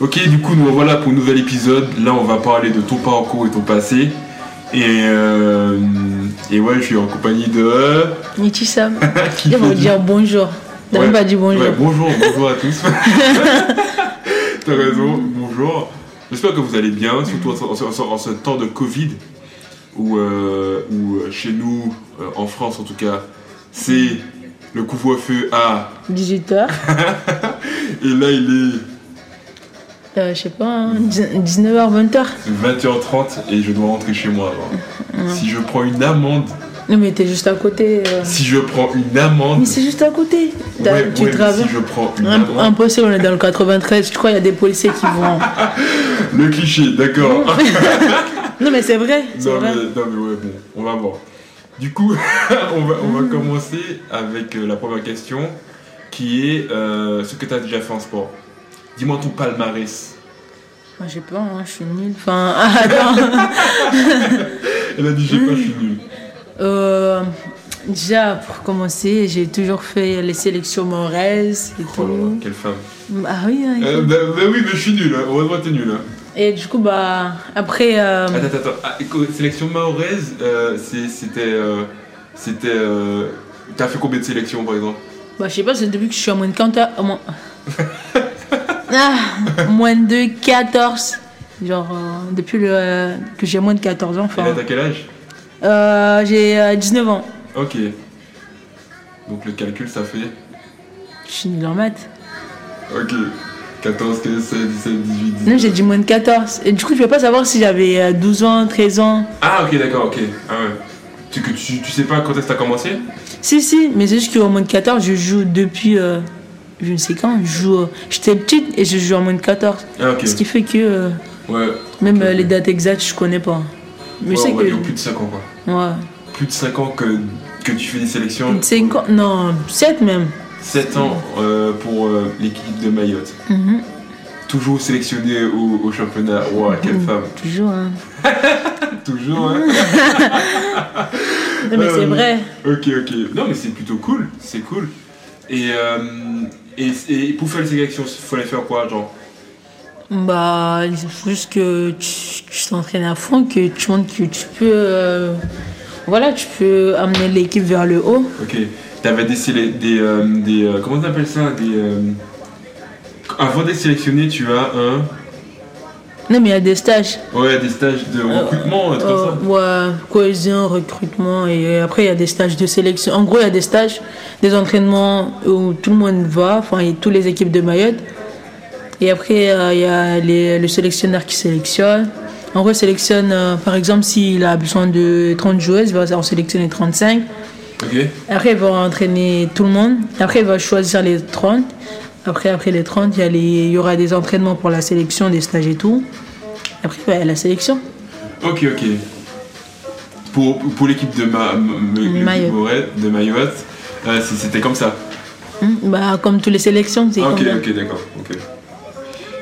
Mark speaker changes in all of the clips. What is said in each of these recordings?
Speaker 1: Ok, du coup, nous revoilà pour un nouvel épisode. Là, on va parler de ton parcours et ton passé. Et, euh, et ouais, je suis en compagnie de.
Speaker 2: Nitissa,
Speaker 1: qui
Speaker 2: je vais
Speaker 1: fait
Speaker 2: vous
Speaker 1: du-
Speaker 2: dire bonjour. Tu n'as
Speaker 1: Ouais.
Speaker 2: même pas dit bonjour.
Speaker 1: Ouais, bonjour, bonjour à tous. T'as raison, bonjour. J'espère que vous allez bien, surtout en, ce- en ce- en ce- en ce temps de Covid, où, euh, où, euh, chez nous, euh, en France en tout cas, c'est le couvre-feu à.
Speaker 2: 18h,
Speaker 1: Et là, il est.
Speaker 2: je sais pas, hein, 19h, 20h.
Speaker 1: 20h30 et je dois rentrer chez moi avant. Si je prends une amende,
Speaker 2: Non, mais t'es juste à côté. euh.
Speaker 1: si je prends une amende,
Speaker 2: Mais c'est juste à côté. T'as-
Speaker 1: ouais,
Speaker 2: tu
Speaker 1: ouais, mais
Speaker 2: traverses.
Speaker 1: si je prends une
Speaker 2: Im-
Speaker 1: amende,
Speaker 2: Impossible, on est dans le 93. Je crois qu'il y a des policiers qui vont.
Speaker 1: le cliché, d'accord.
Speaker 2: non, mais c'est vrai. C'est
Speaker 1: non, mais,
Speaker 2: vrai.
Speaker 1: non mais ouais, bon, on va voir. Du coup, on va, on va
Speaker 2: Hmm.
Speaker 1: commencer avec euh, la première question qui est euh, ce que tu as déjà fait en sport. Dis-moi ton palmarès.
Speaker 2: Moi, je sais pas, hein, je suis nulle. Enfin, ah, attends.
Speaker 1: Elle a dit j'ai pas, je suis nul.
Speaker 2: Euh, déjà, pour commencer, j'ai toujours fait les sélections Morez et
Speaker 1: Oh là là,
Speaker 2: tout.
Speaker 1: quelle femme.
Speaker 2: Ah oui, hein,
Speaker 1: Euh, bah, bah oui, mais je suis nul, hein. heureusement t'es nul. hein.
Speaker 2: Et du coup, bah, après. euh,
Speaker 1: Attends, attends, attends. Ah, écoute, sélection mahoraise, euh, c'est- c'était. euh, c'était. euh, T'as fait combien de sélections par exemple
Speaker 2: Bah, je sais pas, c'est depuis que je suis en moins de 14. en moins- Ah, moins de 14. Genre, euh, depuis le, euh, que j'ai moins de 14 ans,
Speaker 1: Et
Speaker 2: enfin.
Speaker 1: là, t'as quel âge
Speaker 2: Euh, j'ai euh, 19 ans.
Speaker 1: Ok. Donc le calcul, ça fait.
Speaker 2: Je suis nulle en maths.
Speaker 1: Ok. 14, 15, 16, 17, 18, 19.
Speaker 2: Non, j'ai dit moins de 14. Et du coup, je peux pas savoir si j'avais euh, 12 ans, 13 ans.
Speaker 1: Ah, ok, d'accord, ok. Ah ouais. Tu, que tu, tu sais pas quand est-ce que t'as commencé
Speaker 2: Si, si, mais c'est juste qu'en moins de 14, je joue depuis. euh, je ne sais quand, je joue. euh, J'étais petite et je joue en moins de 14.
Speaker 1: Ah, ok.
Speaker 2: Ce qui fait que. euh,
Speaker 1: Ouais.
Speaker 2: même
Speaker 1: Ok,
Speaker 2: euh,
Speaker 1: ok.
Speaker 2: les dates exactes, je connais pas. Mais
Speaker 1: Ouais,
Speaker 2: je sais
Speaker 1: on va
Speaker 2: que.
Speaker 1: dire plus de 5 ans, quoi.
Speaker 2: Ouais.
Speaker 1: Plus de 5 ans que, que tu fais des sélections.
Speaker 2: Une cinquante- non, 7 même.
Speaker 1: 7 ans euh, pour euh, l'équipe de Mayotte.
Speaker 2: Mhm.
Speaker 1: Toujours sélectionné au, au championnat. Ouah, quelle
Speaker 2: Mhm.
Speaker 1: femme.
Speaker 2: Toujours, hein.
Speaker 1: Toujours, hein
Speaker 2: Non, mais c'est
Speaker 1: Euh,
Speaker 2: vrai.
Speaker 1: Ok, ok. Non, mais c'est plutôt cool. C'est cool. Et, euh, et, et pour faire les sélections, faut les faire quoi, genre
Speaker 2: Bah, il faut juste que tu tu t'entraînes à fond, que tu montres que tu peux. euh, voilà, tu peux amener l'équipe vers le haut.
Speaker 1: Ok. T'avais des, sélé- des, euh, des euh, comment t'appelles ça Des euh, avant d'être sélectionné, tu as un
Speaker 2: Non, mais il y a des stages.
Speaker 1: ouais des stages de recrutement, un truc
Speaker 2: Euh,
Speaker 1: comme
Speaker 2: ouais, cohésion, recrutement, et après, il y a des stages de sélection. En gros, il y a des stages, des entraînements où tout le monde va, enfin, et toutes les équipes de Mayotte. Et après, euh, il y a les- le sélectionneur qui sélectionne. En gros, il sélectionne, euh, par exemple, s'il a besoin de 30 joueuses, il va en sélectionner 35. oh.
Speaker 1: ça. Ok.
Speaker 2: Après, il va entraîner tout le monde. Après, il va choisir les 30. Après, après les 30, il y, a les- il y aura des entraînements pour la sélection, des stages et tout. Après, bah, la sélection.
Speaker 1: Ok, ok. Pour, pour l'équipe de ma, m- m-
Speaker 2: Mayotte.
Speaker 1: Moret- de Mayotte, euh, c'est- c'était comme ça.
Speaker 2: Hmm, Bah, comme toutes les sélections, c'est
Speaker 1: Ah, ok,
Speaker 2: comme ça.
Speaker 1: ok, d'accord. Ok.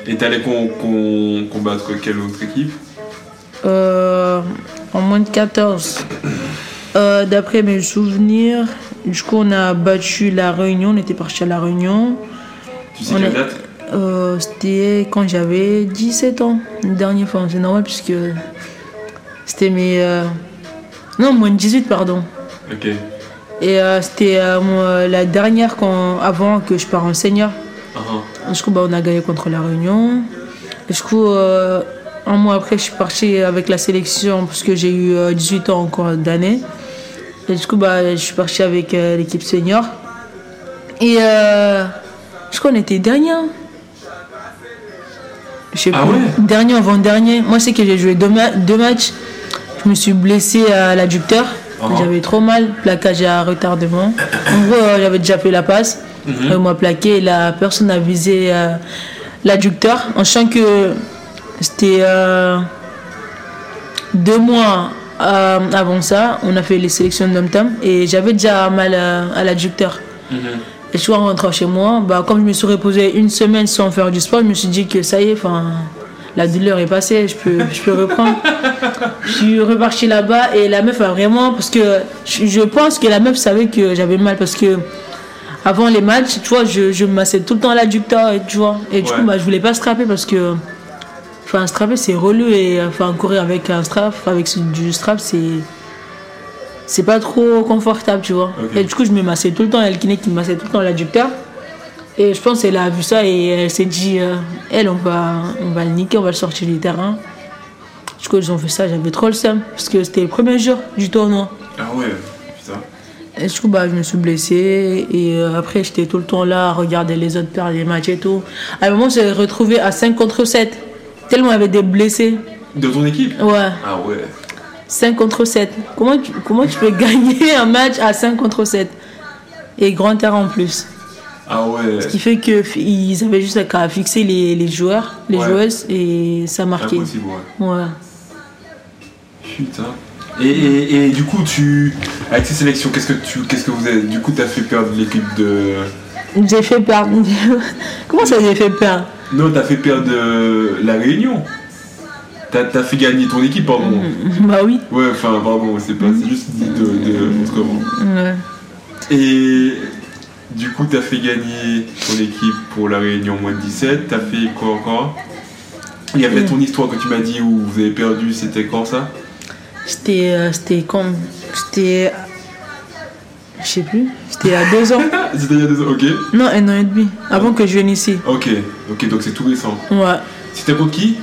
Speaker 1: Et t'allais con- con- combattre quelle autre équipe
Speaker 2: Euh, en moins de 14. Euh, D'après mes souvenirs, du coup, on a battu La Réunion, on était parti à La Réunion.
Speaker 1: Tu sais
Speaker 2: On
Speaker 1: quelle
Speaker 2: est-
Speaker 1: date
Speaker 2: Euh, C'était quand j'avais 17 ans, une dernière fois, c'est normal puisque c'était mes. euh, Non, moins de 18, pardon.
Speaker 1: Ok.
Speaker 2: Et euh, c'était euh, moi, la dernière quand, avant que je pars en senior.
Speaker 1: Ah, ah.
Speaker 2: Du coup, bah, on a gagné contre la Réunion. Et du coup, euh, un mois après, je suis partie avec la sélection parce que j'ai eu euh, 18 ans encore d'année. Et du coup, bah, je suis partie avec euh, l'équipe senior. Et euh, je crois qu'on était dernier. hein. Je sais
Speaker 1: Ah
Speaker 2: plus.
Speaker 1: ouais
Speaker 2: Dernier avant-dernier. Moi, c'est que j'ai joué deux, ma- deux matchs. Je me suis blessée à l'adducteur.
Speaker 1: Ah.
Speaker 2: J'avais trop mal, plaquage à retardement. En gros, euh, j'avais déjà fait la passe. On m'a plaqué et la personne a visé euh, l'adducteur. En sachant que c'était euh, deux mois euh, avant ça, on a fait les sélections d'Om Tom et j'avais déjà mal euh, à l'adducteur.
Speaker 1: Mhm.
Speaker 2: Et je suis rentrée chez moi. Bah, comme je me suis reposée une semaine sans faire du sport, je me suis dit que ça y est, enfin, la douleur est passée, je peux, je peux reprendre. je suis repartie là-bas euh, et la meuf a vraiment. Parce que je je pense que la meuf savait que j'avais mal parce que avant les matchs, tu vois, je, je me massais tout le temps à l'adducteur, et tu vois. Et du
Speaker 1: Ouais.
Speaker 2: coup, bah, je voulais pas strapper parce que. Enfin, strapper, c'est relou et euh, enfin, courir avec un strap, avec ce- du strap, c'est. C'est pas trop confortable, tu vois.
Speaker 1: Ok.
Speaker 2: Et du coup, je me massais tout le temps, il y a le kiné qui me massait tout le temps à l'adducteur. Et je pense qu'elle a vu ça et elle s'est dit, euh, elle, on va, on va le niquer, on va le sortir du terrain. Du coup, ils ont fait ça, j'avais trop le seum, parce que c'était le premier jour du tournoi.
Speaker 1: Ah ouais, putain.
Speaker 2: Et du coup, bah, je me suis blessée. Et euh, après, j'étais tout le temps là à regarder les autres perdre les matchs et tout. À un moment, j'ai retrouvé à 5 contre 7. Tellement il y avait des blessés.
Speaker 1: De ton équipe
Speaker 2: Ouais,
Speaker 1: Ah ouais.
Speaker 2: 5 contre 7. Comment tu, comment tu peux gagner un match à 5 contre 7 Et grand terrain en plus.
Speaker 1: Ah ouais.
Speaker 2: Ce qui fait qu'ils avaient juste qu'à fixer les, les joueurs, les
Speaker 1: Ouais.
Speaker 2: joueuses, et ça marquait.
Speaker 1: Impossible, ouais.
Speaker 2: Ouais.
Speaker 1: Putain. Et, et, et du coup, tu avec ces sélections, qu'est-ce que tu, qu'est-ce que vous avez Du coup, t'as fait perdre l'équipe de.
Speaker 2: J'ai fait perdre. comment ça, j'ai fait perdre
Speaker 1: Non, t'as fait perdre euh, la Réunion. T'as, t'as fait gagner ton équipe, pardon.
Speaker 2: Bah oui.
Speaker 1: Ouais, enfin, pardon, c'est pas, c'est juste dit de, de autrement.
Speaker 2: Ouais.
Speaker 1: Et du coup, t'as fait gagner ton équipe pour la Réunion moins de 17. T'as fait quoi encore Il y avait ton histoire que tu m'as dit où vous avez perdu. C'était quand ça
Speaker 2: C'était euh, c'était comme c'était je sais plus, c'était à deux ans.
Speaker 1: Ah, C'était il y a deux ans. Ok.
Speaker 2: Non, un an et demi avant que je vienne ici.
Speaker 1: Ok. Ok. Donc c'est tout récent.
Speaker 2: Ouais.
Speaker 1: C'était contre qui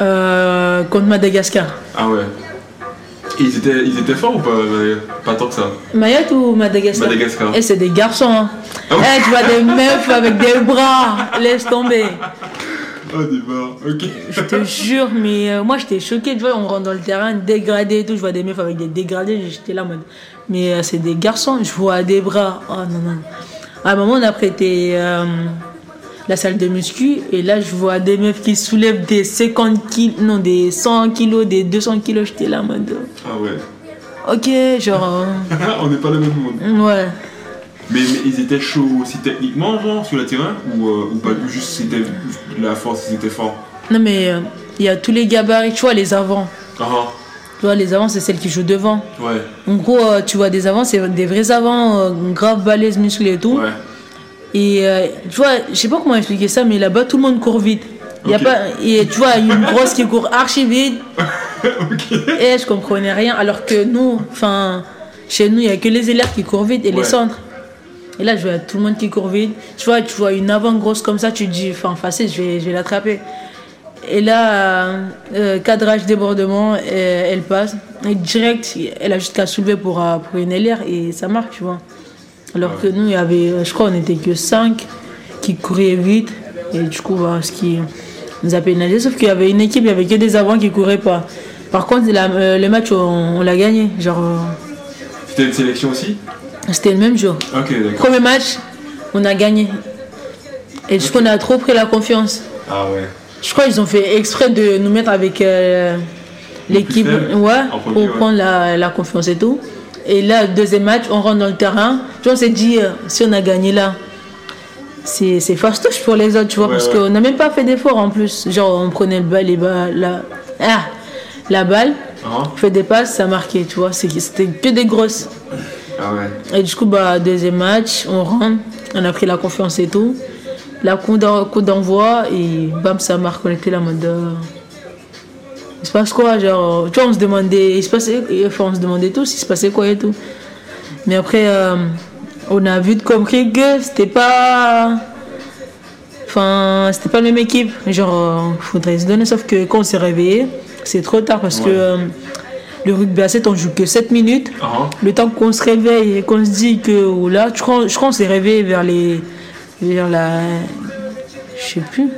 Speaker 2: Euh, contre Madagascar.
Speaker 1: Ah ouais. Et ils étaient, ils étaient forts ou pas euh, Pas tant que ça.
Speaker 2: Mayotte ou Madagascar
Speaker 1: Madagascar.
Speaker 2: Eh, c'est des garçons. Hein.
Speaker 1: Ah ouais
Speaker 2: Eh, tu vois des meufs avec des bras. Laisse tomber.
Speaker 1: Oh, des barres. Ok.
Speaker 2: Je te jure, mais euh, moi j'étais choquée. Tu vois, on rentre dans le terrain, dégradé et tout. Je vois des meufs avec des dégradés. J'étais là en mode. Mais euh, c'est des garçons, je vois des bras. Oh non, non. À un moment, on a prêté euh, la salle de muscu. Et là, je vois des meufs qui soulèvent des 50 kilos, non, des 100 kilos, des 200 kilos. J'étais là en mode. euh,
Speaker 1: Ah ouais.
Speaker 2: Ok, genre.
Speaker 1: On n'est pas le même monde.
Speaker 2: euh, ouais.
Speaker 1: Mais, mais ils étaient chauds aussi techniquement, genre, sur le terrain Ou, euh, ou pas ou juste c'était la force, ils étaient forts
Speaker 2: Non, mais euh, il y a tous les gabarits. Tu vois, les avants.
Speaker 1: Ah
Speaker 2: Tu vois, les avants, c'est celles qui jouent devant.
Speaker 1: ah. Ouais.
Speaker 2: En gros, euh, tu vois des avants, c'est des vrais avants, euh, grave balèzes, musclés et tout.
Speaker 1: Ouais.
Speaker 2: Et euh, tu vois, je sais pas comment expliquer ça, mais là-bas, tout le monde court vite. Il Y a
Speaker 1: Ok.
Speaker 2: pas, et tu vois, une grosse qui court archi vite. Et je comprenais rien. Alors que nous, enfin, chez nous, il y a que les élèves qui courent vite et
Speaker 1: Ouais.
Speaker 2: les centres. Et là, je vois tout le monde qui court vite. Tu vois, tu vois une avant grosse comme ça, tu te dis, enfin, facile, je vais, je vais l'attraper. Et là, euh, euh, cadrage, débordement, et elle passe. Et direct, elle a juste qu'à soulever pour, euh, pour une LR et ça marche, tu vois. Alors que nous, il y avait, euh, je crois, on était que 5 qui couraient vite. Et du coup, bah, ce qui nous a pénalisé. Sauf qu'il y avait une équipe, il y avait que des avants qui couraient pas. Par contre, la- euh, le match, on, on l'a gagné. Genre, euh,
Speaker 1: C'était une sélection aussi
Speaker 2: c'était le même jour.
Speaker 1: Ok, d'accord.
Speaker 2: Premier match, on a gagné. Et du coup, on a trop pris la confiance.
Speaker 1: Ah ouais.
Speaker 2: Je crois qu'ils ont fait exprès de nous mettre avec euh, l'équipe
Speaker 1: Le plus faible,
Speaker 2: ouais,
Speaker 1: en premier,
Speaker 2: pour
Speaker 1: ouais.
Speaker 2: prendre la, la confiance et tout. Et là, deuxième match, on rentre dans le terrain. Tu vois, on s'est dit, euh, si on a gagné là, c'est c'est fastoche pour les autres, tu vois,
Speaker 1: Ouais,
Speaker 2: parce
Speaker 1: ouais.
Speaker 2: qu'on n'a même pas fait d'effort en plus. Genre, on prenait le bal, les balles, la, ah, la balle,
Speaker 1: Ah,
Speaker 2: on fait des passes, ça marquait, tu vois. C'est- C'était que des grosses.
Speaker 1: ah ouais.
Speaker 2: Et du coup, bah, deuxième match, on rentre, on a pris la confiance et tout. La coup d'en- coup d'envoi, et bam, ça marque, on était là en mode. euh, Il se passe quoi Genre, tu vois, on se demandait, il se passait, enfin, on se demandait tous, il se passait quoi et tout. Mais après, euh, on a vite compris que c'était pas. Enfin, c'était pas la même équipe. Genre, euh, faudrait se donner, sauf que quand on s'est réveillé, c'est trop tard parce que
Speaker 1: Ouais.
Speaker 2: euh, le rugby à 7, on joue que 7 minutes.
Speaker 1: Ah
Speaker 2: Le temps qu'on se réveille et qu'on se dit que oh là, je crois, je crois qu'on s'est réveillé vers les. vers la. Je sais plus.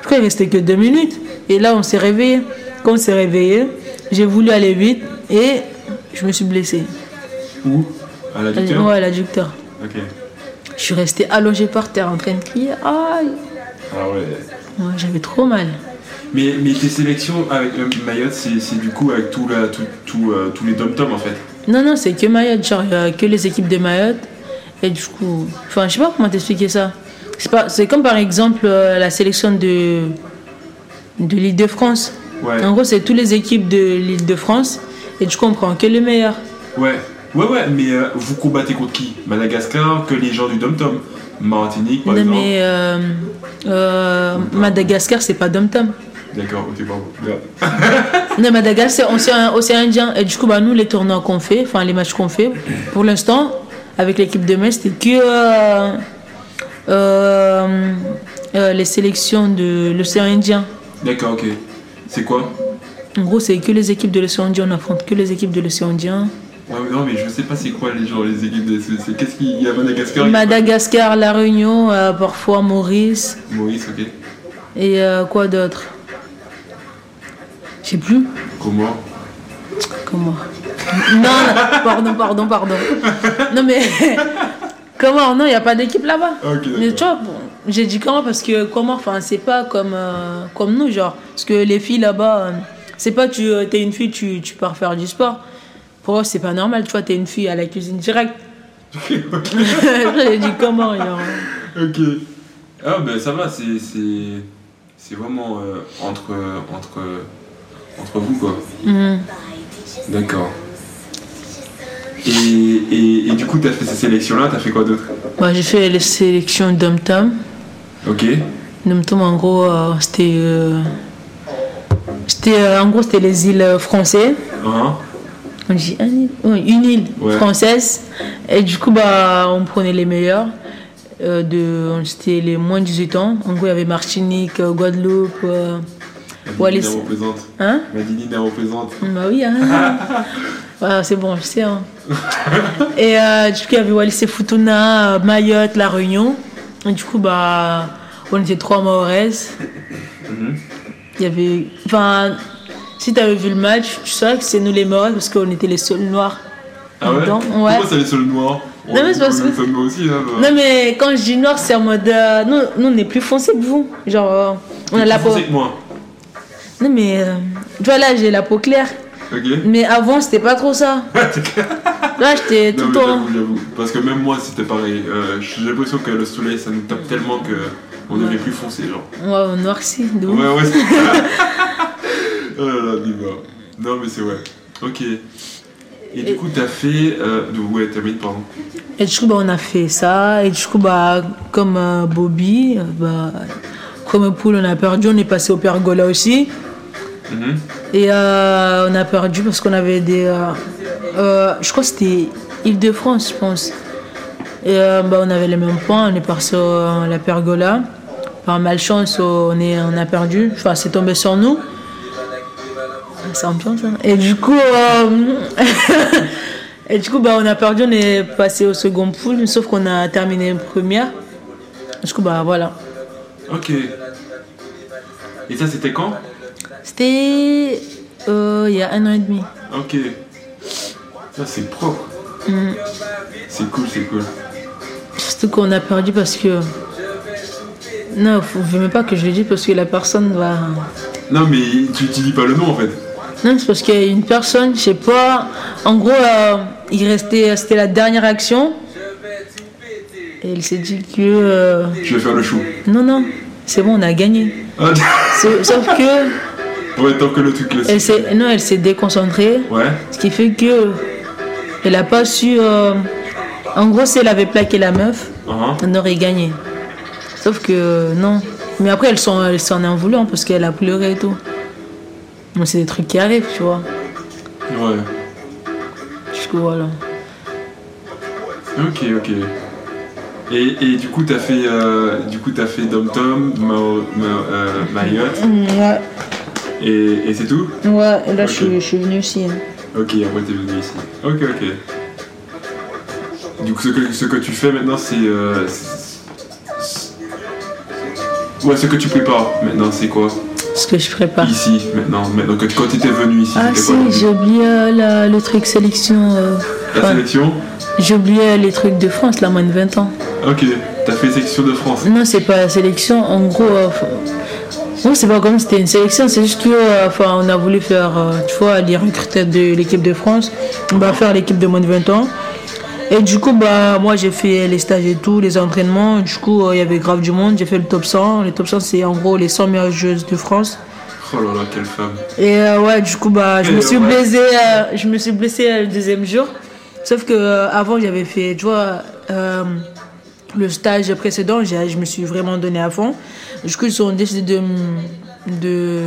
Speaker 2: Je crois qu'il restait que deux minutes. Et là, on s'est réveillé. Quand on s'est réveillé, j'ai voulu aller vite et je me suis blessée.
Speaker 1: Où À la Victor
Speaker 2: Ouais, l'adducteur.
Speaker 1: Ok.
Speaker 2: Je suis restée allongée par terre en train de crier. Aïe
Speaker 1: Ah ouais.
Speaker 2: Ouais, J'avais trop mal.
Speaker 1: Mais, mais tes sélections avec euh, Mayotte, c'est, c'est du coup avec tout la, tout, tout, euh, tous les dom-toms en fait.
Speaker 2: Non, non, c'est que Mayotte, genre, il y a que les équipes de Mayotte. Et du coup, enfin, je sais pas comment t'expliquer ça. C'est pas, c'est comme par exemple euh, la sélection de, de l'île de France.
Speaker 1: Ouais.
Speaker 2: En gros, c'est toutes les équipes de l'île de France. Et du coup, on prend que le meilleur.
Speaker 1: Ouais. Ouais, ouais, mais euh, vous combattez contre qui Madagascar, que les gens du Dom-Tom Martinique, par
Speaker 2: non,
Speaker 1: exemple
Speaker 2: mais euh, euh, Madagascar, c'est pas Dom Tom.
Speaker 1: D'accord, ok, pardon. Merde.
Speaker 2: Non, Madagascar, c'est océan, océan Indien. Et du coup, bah, nous, les tournois qu'on fait, enfin, les matchs qu'on fait, pour l'instant, avec l'équipe de Metz, c'était que euh, euh, euh, les sélections de l'océan Indien.
Speaker 1: D'accord, ok. C'est quoi
Speaker 2: En gros, c'est que les équipes de l'océan Indien, on affronte que les équipes de l'océan Indien.
Speaker 1: Ouais, mais non, mais je sais pas c'est quoi les gens, les équipes de c'est- c'est- Qu'est-ce qu'il y a à Madagascar il y a pas-
Speaker 2: Madagascar, La Réunion, euh, parfois Maurice,
Speaker 1: Maurice, ok.
Speaker 2: et euh, quoi d'autre Je sais plus.
Speaker 1: Comment
Speaker 2: Comment Non, non, pardon, pardon, pardon. Non, mais. Comment Non, il n'y a pas d'équipe là-bas.
Speaker 1: Ah, ok,
Speaker 2: Mais
Speaker 1: d'accord.
Speaker 2: tu vois, bon, j'ai dit comment parce que comment Enfin, c'est pas comme, euh, comme nous, genre. Parce que les filles là-bas, euh, c'est pas tu euh, t'es une fille, tu, tu pars faire du sport. Pour eux, c'est pas normal, tu vois, t'es une fille à la cuisine directe. j'ai dit comment, genre.
Speaker 1: Ok. Ah ben ça va, c'est c'est c'est vraiment euh, entre euh, entre euh, entre vous quoi.
Speaker 2: Hmm.
Speaker 1: D'accord. Et, et, et du coup, t'as fait ces sélections-là, t'as fait quoi d'autre
Speaker 2: Bah, j'ai fait les sélections d'Om Tom.
Speaker 1: Ok.
Speaker 2: Dom Tom, en gros, euh, c'était. euh, c'était, euh, en gros, c'était les îles françaises.
Speaker 1: Hein
Speaker 2: On dit un île- oui, une île
Speaker 1: Ouais.
Speaker 2: française. Et du coup, bah, on prenait les meilleurs. Euh, de, c'était les moins de 18 ans. En gros, il y avait Martinique, euh, Guadeloupe. euh, Wallis.
Speaker 1: Madinina représente.
Speaker 2: hein
Speaker 1: Madinina représente.
Speaker 2: Bah oui, hein. Voilà, c'est bon, je sais. hein. Et euh, du coup, il y avait Wallis et Futuna, euh, Mayotte, La Réunion. Et du coup, bah, on était trois Mahoraises.
Speaker 1: Mhm.
Speaker 2: Il y avait. Enfin, si tu avais vu le match, tu saurais que c'est nous les Mahoraises parce qu'on était les seuls noirs.
Speaker 1: Ah ouais
Speaker 2: Dedans, ouais.
Speaker 1: Pourquoi ça les seuls noirs
Speaker 2: Non, mais c'est parce que-
Speaker 1: Ça me va aussi, hein. bah.
Speaker 2: Non mais quand je dis noir, c'est en mode... euh, nous, nous, on est plus foncé que vous. Genre, euh, on a
Speaker 1: Plus
Speaker 2: la peau...
Speaker 1: foncé que moi.
Speaker 2: Non mais... euh, tu vois là, j'ai la peau claire.
Speaker 1: Ok.
Speaker 2: Mais avant, c'était pas trop ça. là, j'étais
Speaker 1: Non, mais
Speaker 2: tout le temps...
Speaker 1: j'avoue, j'avoue. Parce que même moi, c'était pareil. Euh, J'ai l'impression que le soleil, ça nous tape tellement que on devient plus foncé, genre.
Speaker 2: Ouais, on noircit, de ouf.
Speaker 1: Ouais, ouais. c'est- oh là là, dis-moi. Non, mais c'est ouais. Ok. Et du coup, t'as fait. Euh, de- ouais, termine, pardon.
Speaker 2: Et du coup, bah, on a fait ça. Et du coup, bah, comme euh, Bobby, euh, bah, comme Poule, on a perdu. On est passé au Pergola aussi.
Speaker 1: Mhm.
Speaker 2: Et euh, on a perdu parce qu'on avait des. euh, euh, je crois que c'était Île-de-France, je pense. Et euh, bah, on avait les mêmes points. On est parti à la pergola. Par malchance, on, est, on a perdu. Enfin, c'est tombé sur nous. C'est ambiant, ça. Et du coup. euh, Et du coup, bah, on a perdu, on est passé au second pool, sauf qu'on a terminé première. Du coup, bah voilà.
Speaker 1: Ok. Et ça, c'était quand
Speaker 2: C'était euh, il y a un an et demi.
Speaker 1: Ok. Ça, c'est propre. C'est cool, c'est cool.
Speaker 2: Surtout qu'on a perdu parce que. Non, faut- vous ne même pas que je le dise parce que la personne va.
Speaker 1: Non, mais tu, tu dis pas le nom en fait.
Speaker 2: Non, c'est parce qu'il y a une personne, je sais pas. En gros, euh, il restait, c'était la dernière action. Et il s'est dit que. euh,
Speaker 1: Je vais faire le chou.
Speaker 2: Non, non, c'est bon, on a gagné.
Speaker 1: Ah,
Speaker 2: Sauf sauf que.
Speaker 1: ouais, tant que le truc
Speaker 2: Elle
Speaker 1: classique.
Speaker 2: s'est, non, elle s'est déconcentrée.
Speaker 1: Ouais.
Speaker 2: Ce qui fait que. Elle a pas su. euh, En gros, si elle avait plaqué la meuf,
Speaker 1: Hein
Speaker 2: on aurait gagné. Sauf que euh, non. Mais après, elles s'en elles s'en en voulant parce qu'elle a pleuré et tout. Bon, c'est des trucs qui arrivent, tu vois.
Speaker 1: Ouais.
Speaker 2: Du coup, voilà.
Speaker 1: Ok, ok. Et, et du coup, t'as fait, euh, du coup, t'as fait Dom Tom, Mao- Mao- euh, Mayotte,
Speaker 2: Mm, Ouais,
Speaker 1: et, et c'est tout
Speaker 2: ouais, et là,
Speaker 1: je suis-
Speaker 2: venue aussi. hein.
Speaker 1: Ok, après t'es venu ici. Ok, ok. Du coup, ce que, ce que tu fais maintenant, c'est. euh, c'est- c'est- ouais, ce que tu prépares maintenant, c'est quoi
Speaker 2: Ce que je prépare.
Speaker 1: Ici, maintenant, maintenant que, quand t'étais venu ici,
Speaker 2: Bah. Ah,
Speaker 1: c'était quoi
Speaker 2: si, j'ai oublié euh, la- le truc sélection. euh,
Speaker 1: La
Speaker 2: enfin,
Speaker 1: sélection
Speaker 2: j'ai oublié les trucs de France, là, moins de 20 ans.
Speaker 1: Ok, t'as fait sélection de France.
Speaker 2: Non, c'est pas la sélection. En gros, euh, f- non, c'est pas comme si c'était une sélection. C'est juste que, euh, enfin, on a voulu faire, euh, tu vois, les recruteurs de l'équipe de France. On va faire l'équipe de moins de 20 ans. Et du coup, bah, moi, j'ai fait les stages et tout, les entraînements. Du coup, euh, il y avait grave du monde. J'ai fait le top 100. Le top 100, c'est en gros les 100 meilleures joueuses de France.
Speaker 1: Oh là là, quelle femme.
Speaker 2: Et euh, ouais, du coup, bah, je me
Speaker 1: Et
Speaker 2: suis
Speaker 1: ouais.
Speaker 2: blessée. euh, je me suis blessée euh, le deuxième jour. Sauf que euh, avant, j'avais fait, tu vois, euh, le stage précédent, j'ai- je me suis vraiment donné à fond. Du coup, ils ont décidé de. m- de.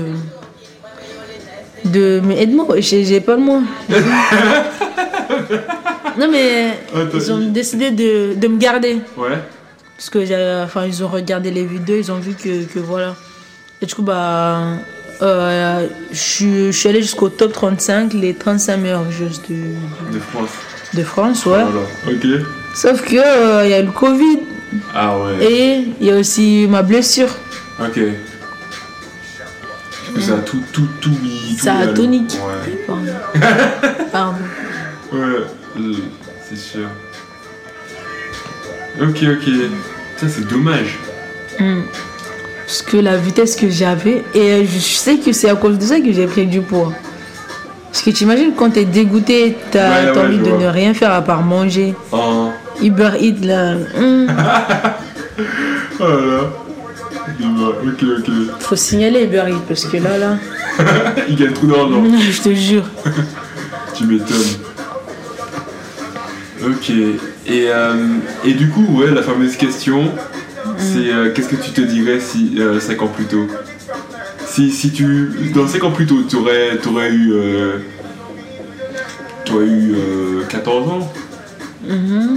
Speaker 2: de. Mais aide-moi, j'ai j'ai pas le mot. non, mais.
Speaker 1: Attends.
Speaker 2: Ils ont décidé de, de me garder.
Speaker 1: Ouais.
Speaker 2: Parce que j'ai- enfin, ils ont regardé les vidéos, ils ont vu que, que voilà. Et du coup, bah, euh, je suis- je suis allée jusqu'au top 35, les 35 meilleurs jeux de,
Speaker 1: De France.
Speaker 2: de France, ouais.
Speaker 1: Voilà. Ok.
Speaker 2: Sauf que euh, il y a eu le Covid
Speaker 1: Ah ouais.
Speaker 2: et il y a aussi ma blessure.
Speaker 1: Ok. Parce que ça a tout, tout, tout mis.
Speaker 2: Ça
Speaker 1: mis
Speaker 2: a
Speaker 1: à l'eau.
Speaker 2: tout niqué.
Speaker 1: Ouais.
Speaker 2: Pardon. Pardon.
Speaker 1: Ouais. euh, C'est sûr. Ok, ok. Ça, c'est dommage.
Speaker 2: Hmm. Parce que la vitesse que j'avais, et euh, je sais que c'est à cause de ça que j'ai pris du poids. Parce que tu imagines quand t'es dégoûté, t'as
Speaker 1: Ouais,
Speaker 2: t'as
Speaker 1: ouais,
Speaker 2: envie
Speaker 1: je
Speaker 2: de
Speaker 1: vois.
Speaker 2: ne rien faire à part manger.
Speaker 1: Oh.
Speaker 2: Uber Eats là, hmm.
Speaker 1: Oh là là. Il va. Ok, ok.
Speaker 2: faut signaler Uber Eats parce que là là,
Speaker 1: Il gagne trop d'argent.
Speaker 2: je te jure.
Speaker 1: Tu m'étonnes. Ok. Et, euh, et du coup, ouais, la fameuse question, c'est euh, qu'est-ce que tu te dirais si euh, 5 ans plus tôt si, si tu. Dans 5 ans plus tôt, tu aurais, eu. euh, t'aurais eu euh, 14 ans
Speaker 2: Mhm.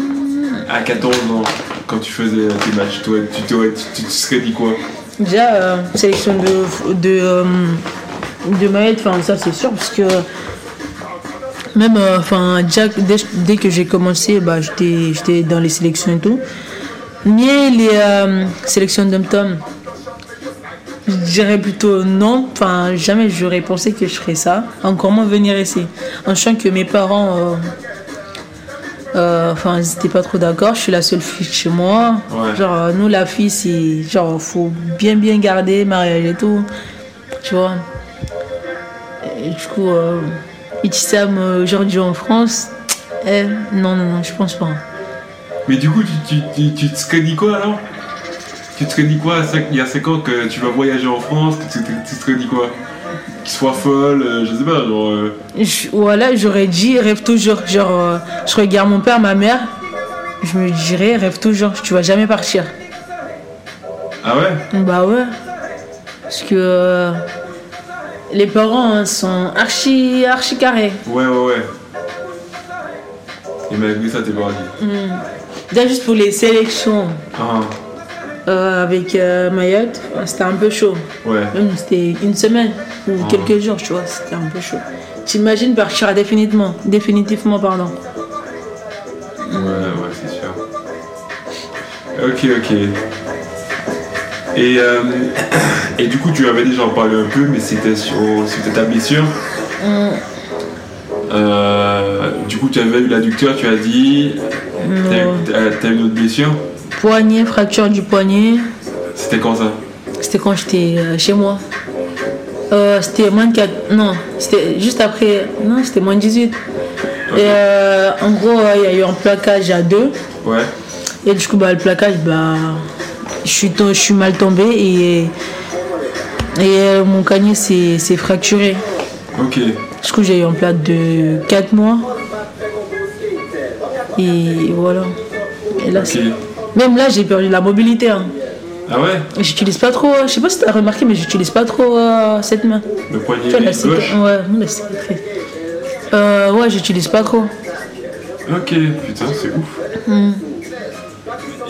Speaker 1: À 14 ans, quand tu faisais tes matchs, t'aurais- tu, t'aurais- tu, tu te serais dit quoi
Speaker 2: Déjà euh, sélection de de euh, de maillettes, enfin ça c'est sûr parce que même euh, enfin déjà dès, dès que j'ai commencé, bah j'étais j'étais dans les sélections et tout. Mais les euh, sélections d'hommes-tom, je dirais plutôt non. Enfin, jamais j'aurais pensé que je ferais ça. Encore moins venir ici. En sachant que mes parents, euh, euh, enfin, ils n'étaient pas trop d'accord. Je suis la seule fille de chez moi.
Speaker 1: Ouais.
Speaker 2: Genre, euh, nous, la fille, c'est genre, faut bien, bien garder, mariage et tout. Tu vois. Et du coup, euh, Itisam, euh, aujourd'hui en France, eh, non, non, non, je pense pas.
Speaker 1: Mais du coup, tu, tu, tu, tu te serais dit quoi alors Tu te serais dit quoi à cinq- il y a 5 ans que tu vas voyager en France Tu, tu, tu te serais dit quoi Qu'il soit folle, euh, je sais pas, genre. euh,
Speaker 2: Je- voilà, j'aurais dit rêve toujours. Genre, euh, je regarde mon père, ma mère, je me dirais rêve toujours, tu vas jamais partir.
Speaker 1: Ah ouais
Speaker 2: Bah ouais. Parce que euh, les parents hein, sont archi, archi carrés.
Speaker 1: Ouais, ouais, ouais. Et malgré ça, t'es pas dit.
Speaker 2: Hmm. Déjà, juste pour les sélections
Speaker 1: Ah,
Speaker 2: euh, avec euh, Mayotte, c'était un peu chaud.
Speaker 1: ouais.
Speaker 2: Même c'était une semaine ou
Speaker 1: Ah.
Speaker 2: quelques jours, tu vois, c'était un peu chaud. T'imagines partir définitivement, définitivement, pardon.
Speaker 1: Ouais, ouais, c'est sûr. Ok, ok. Et, euh, et du coup, tu avais déjà en parlé un peu, mais c'était sur c'était ta blessure.
Speaker 2: Hmm.
Speaker 1: Euh, du coup, tu avais eu l'adducteur, tu as dit. T'as
Speaker 2: Non.
Speaker 1: eu- t'as- t'as eu une autre blessure
Speaker 2: Poignet, fracture du poignet.
Speaker 1: C'était quand ça
Speaker 2: C'était quand j'étais euh, chez moi. Euh, c'était moins de 4. Non, c'était juste après. Non, c'était moins de 18. Et euh, en gros, euh, il y a eu un plaquage à deux.
Speaker 1: Ouais.
Speaker 2: Et du coup, bah, le plaquage, bah, je suis, tom- je suis mal tombé et, et euh, mon canier s'est s'est fracturé.
Speaker 1: Ok.
Speaker 2: Du coup, j'ai eu un plat de 4 mois. Et voilà. Et là,
Speaker 1: Ok.
Speaker 2: c'est- Même là, j'ai perdu la mobilité. hein.
Speaker 1: Ah ouais
Speaker 2: J'utilise pas trop, euh, je sais pas si t'as remarqué, mais j'utilise pas trop euh, cette main.
Speaker 1: Le poignet
Speaker 2: Tu vois, la cica-
Speaker 1: gauche
Speaker 2: Ouais, non, la cicatrice. Euh, ouais, j'utilise pas trop.
Speaker 1: Ok, putain, c'est ouf.
Speaker 2: Mm.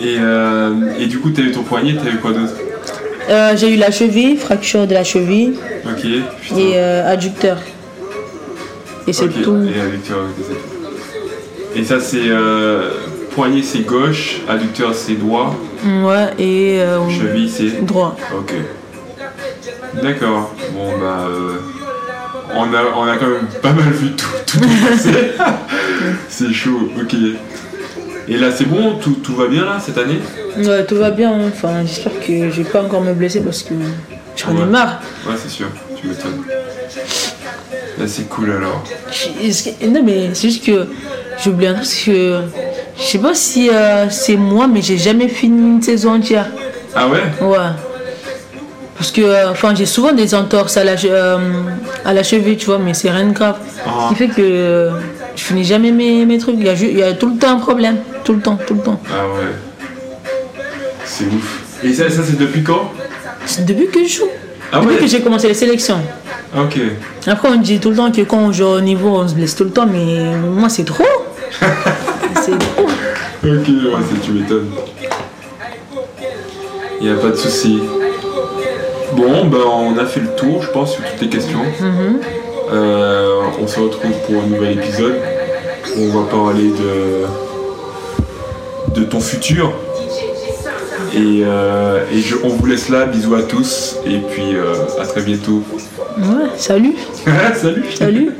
Speaker 1: Et, euh, et du coup, t'as eu ton poignet, t'as eu quoi d'autre
Speaker 2: Euh, j'ai eu la cheville, fracture de la cheville
Speaker 1: Ok, putain.
Speaker 2: et euh, adducteur. Et c'est
Speaker 1: Ah. Ok,
Speaker 2: tout.
Speaker 1: Et adducteur, ok, c'est tout. Et ça, c'est. euh, poignet, c'est gauche, adducteur, c'est droit,
Speaker 2: Ouais, et euh,
Speaker 1: cheville, c'est.
Speaker 2: droit.
Speaker 1: Ok. D'accord. Bon, bah. euh, on, a, on a quand même pas mal vu tout, tout passer. c'est chaud, ok. Et là, c'est bon tout, tout va bien là cette année
Speaker 2: Ouais, tout va bien. hein. Enfin, j'espère que je vais pas encore me blesser parce que j'en ai
Speaker 1: Ouais.
Speaker 2: marre.
Speaker 1: Ouais, c'est sûr, tu m'étonnes. Là, c'est cool alors.
Speaker 2: Je- est-ce que- Non, mais c'est juste que j'oublie un truc parce que je sais pas si euh, c'est moi, mais j'ai jamais fini une saison entière.
Speaker 1: Ah ouais
Speaker 2: Ouais. Parce que euh, enfin, j'ai souvent
Speaker 1: Ah.
Speaker 2: des entorses à la, che- euh, à la cheville, tu vois, mais c'est rien de grave. Ce qui fait que euh, Je finis jamais mes, mes trucs. Il y, a, ju- il y a tout le temps un problème. Tout le temps, tout le temps.
Speaker 1: Ah ouais. C'est ouf. Et ça, ça c'est depuis quand
Speaker 2: C'est depuis que je joue.
Speaker 1: Ah
Speaker 2: depuis
Speaker 1: ouais
Speaker 2: que j'ai commencé les sélections.
Speaker 1: Ah, Ok.
Speaker 2: Après, on dit tout le temps que quand on joue au niveau, on se blesse tout le temps, mais moi, c'est trop. c'est trop.
Speaker 1: Ok, ouais, c'est- tu m'étonnes. Il a pas de souci. Bon, ben on a fait le tour, je pense, sur toutes les questions. Euh, on se retrouve pour un nouvel épisode. On va parler de, de ton futur. Et, euh, et je- on vous laisse là. Bisous à tous. Et puis euh, à très bientôt.
Speaker 2: Ouais, salut,
Speaker 1: Salut
Speaker 2: salut.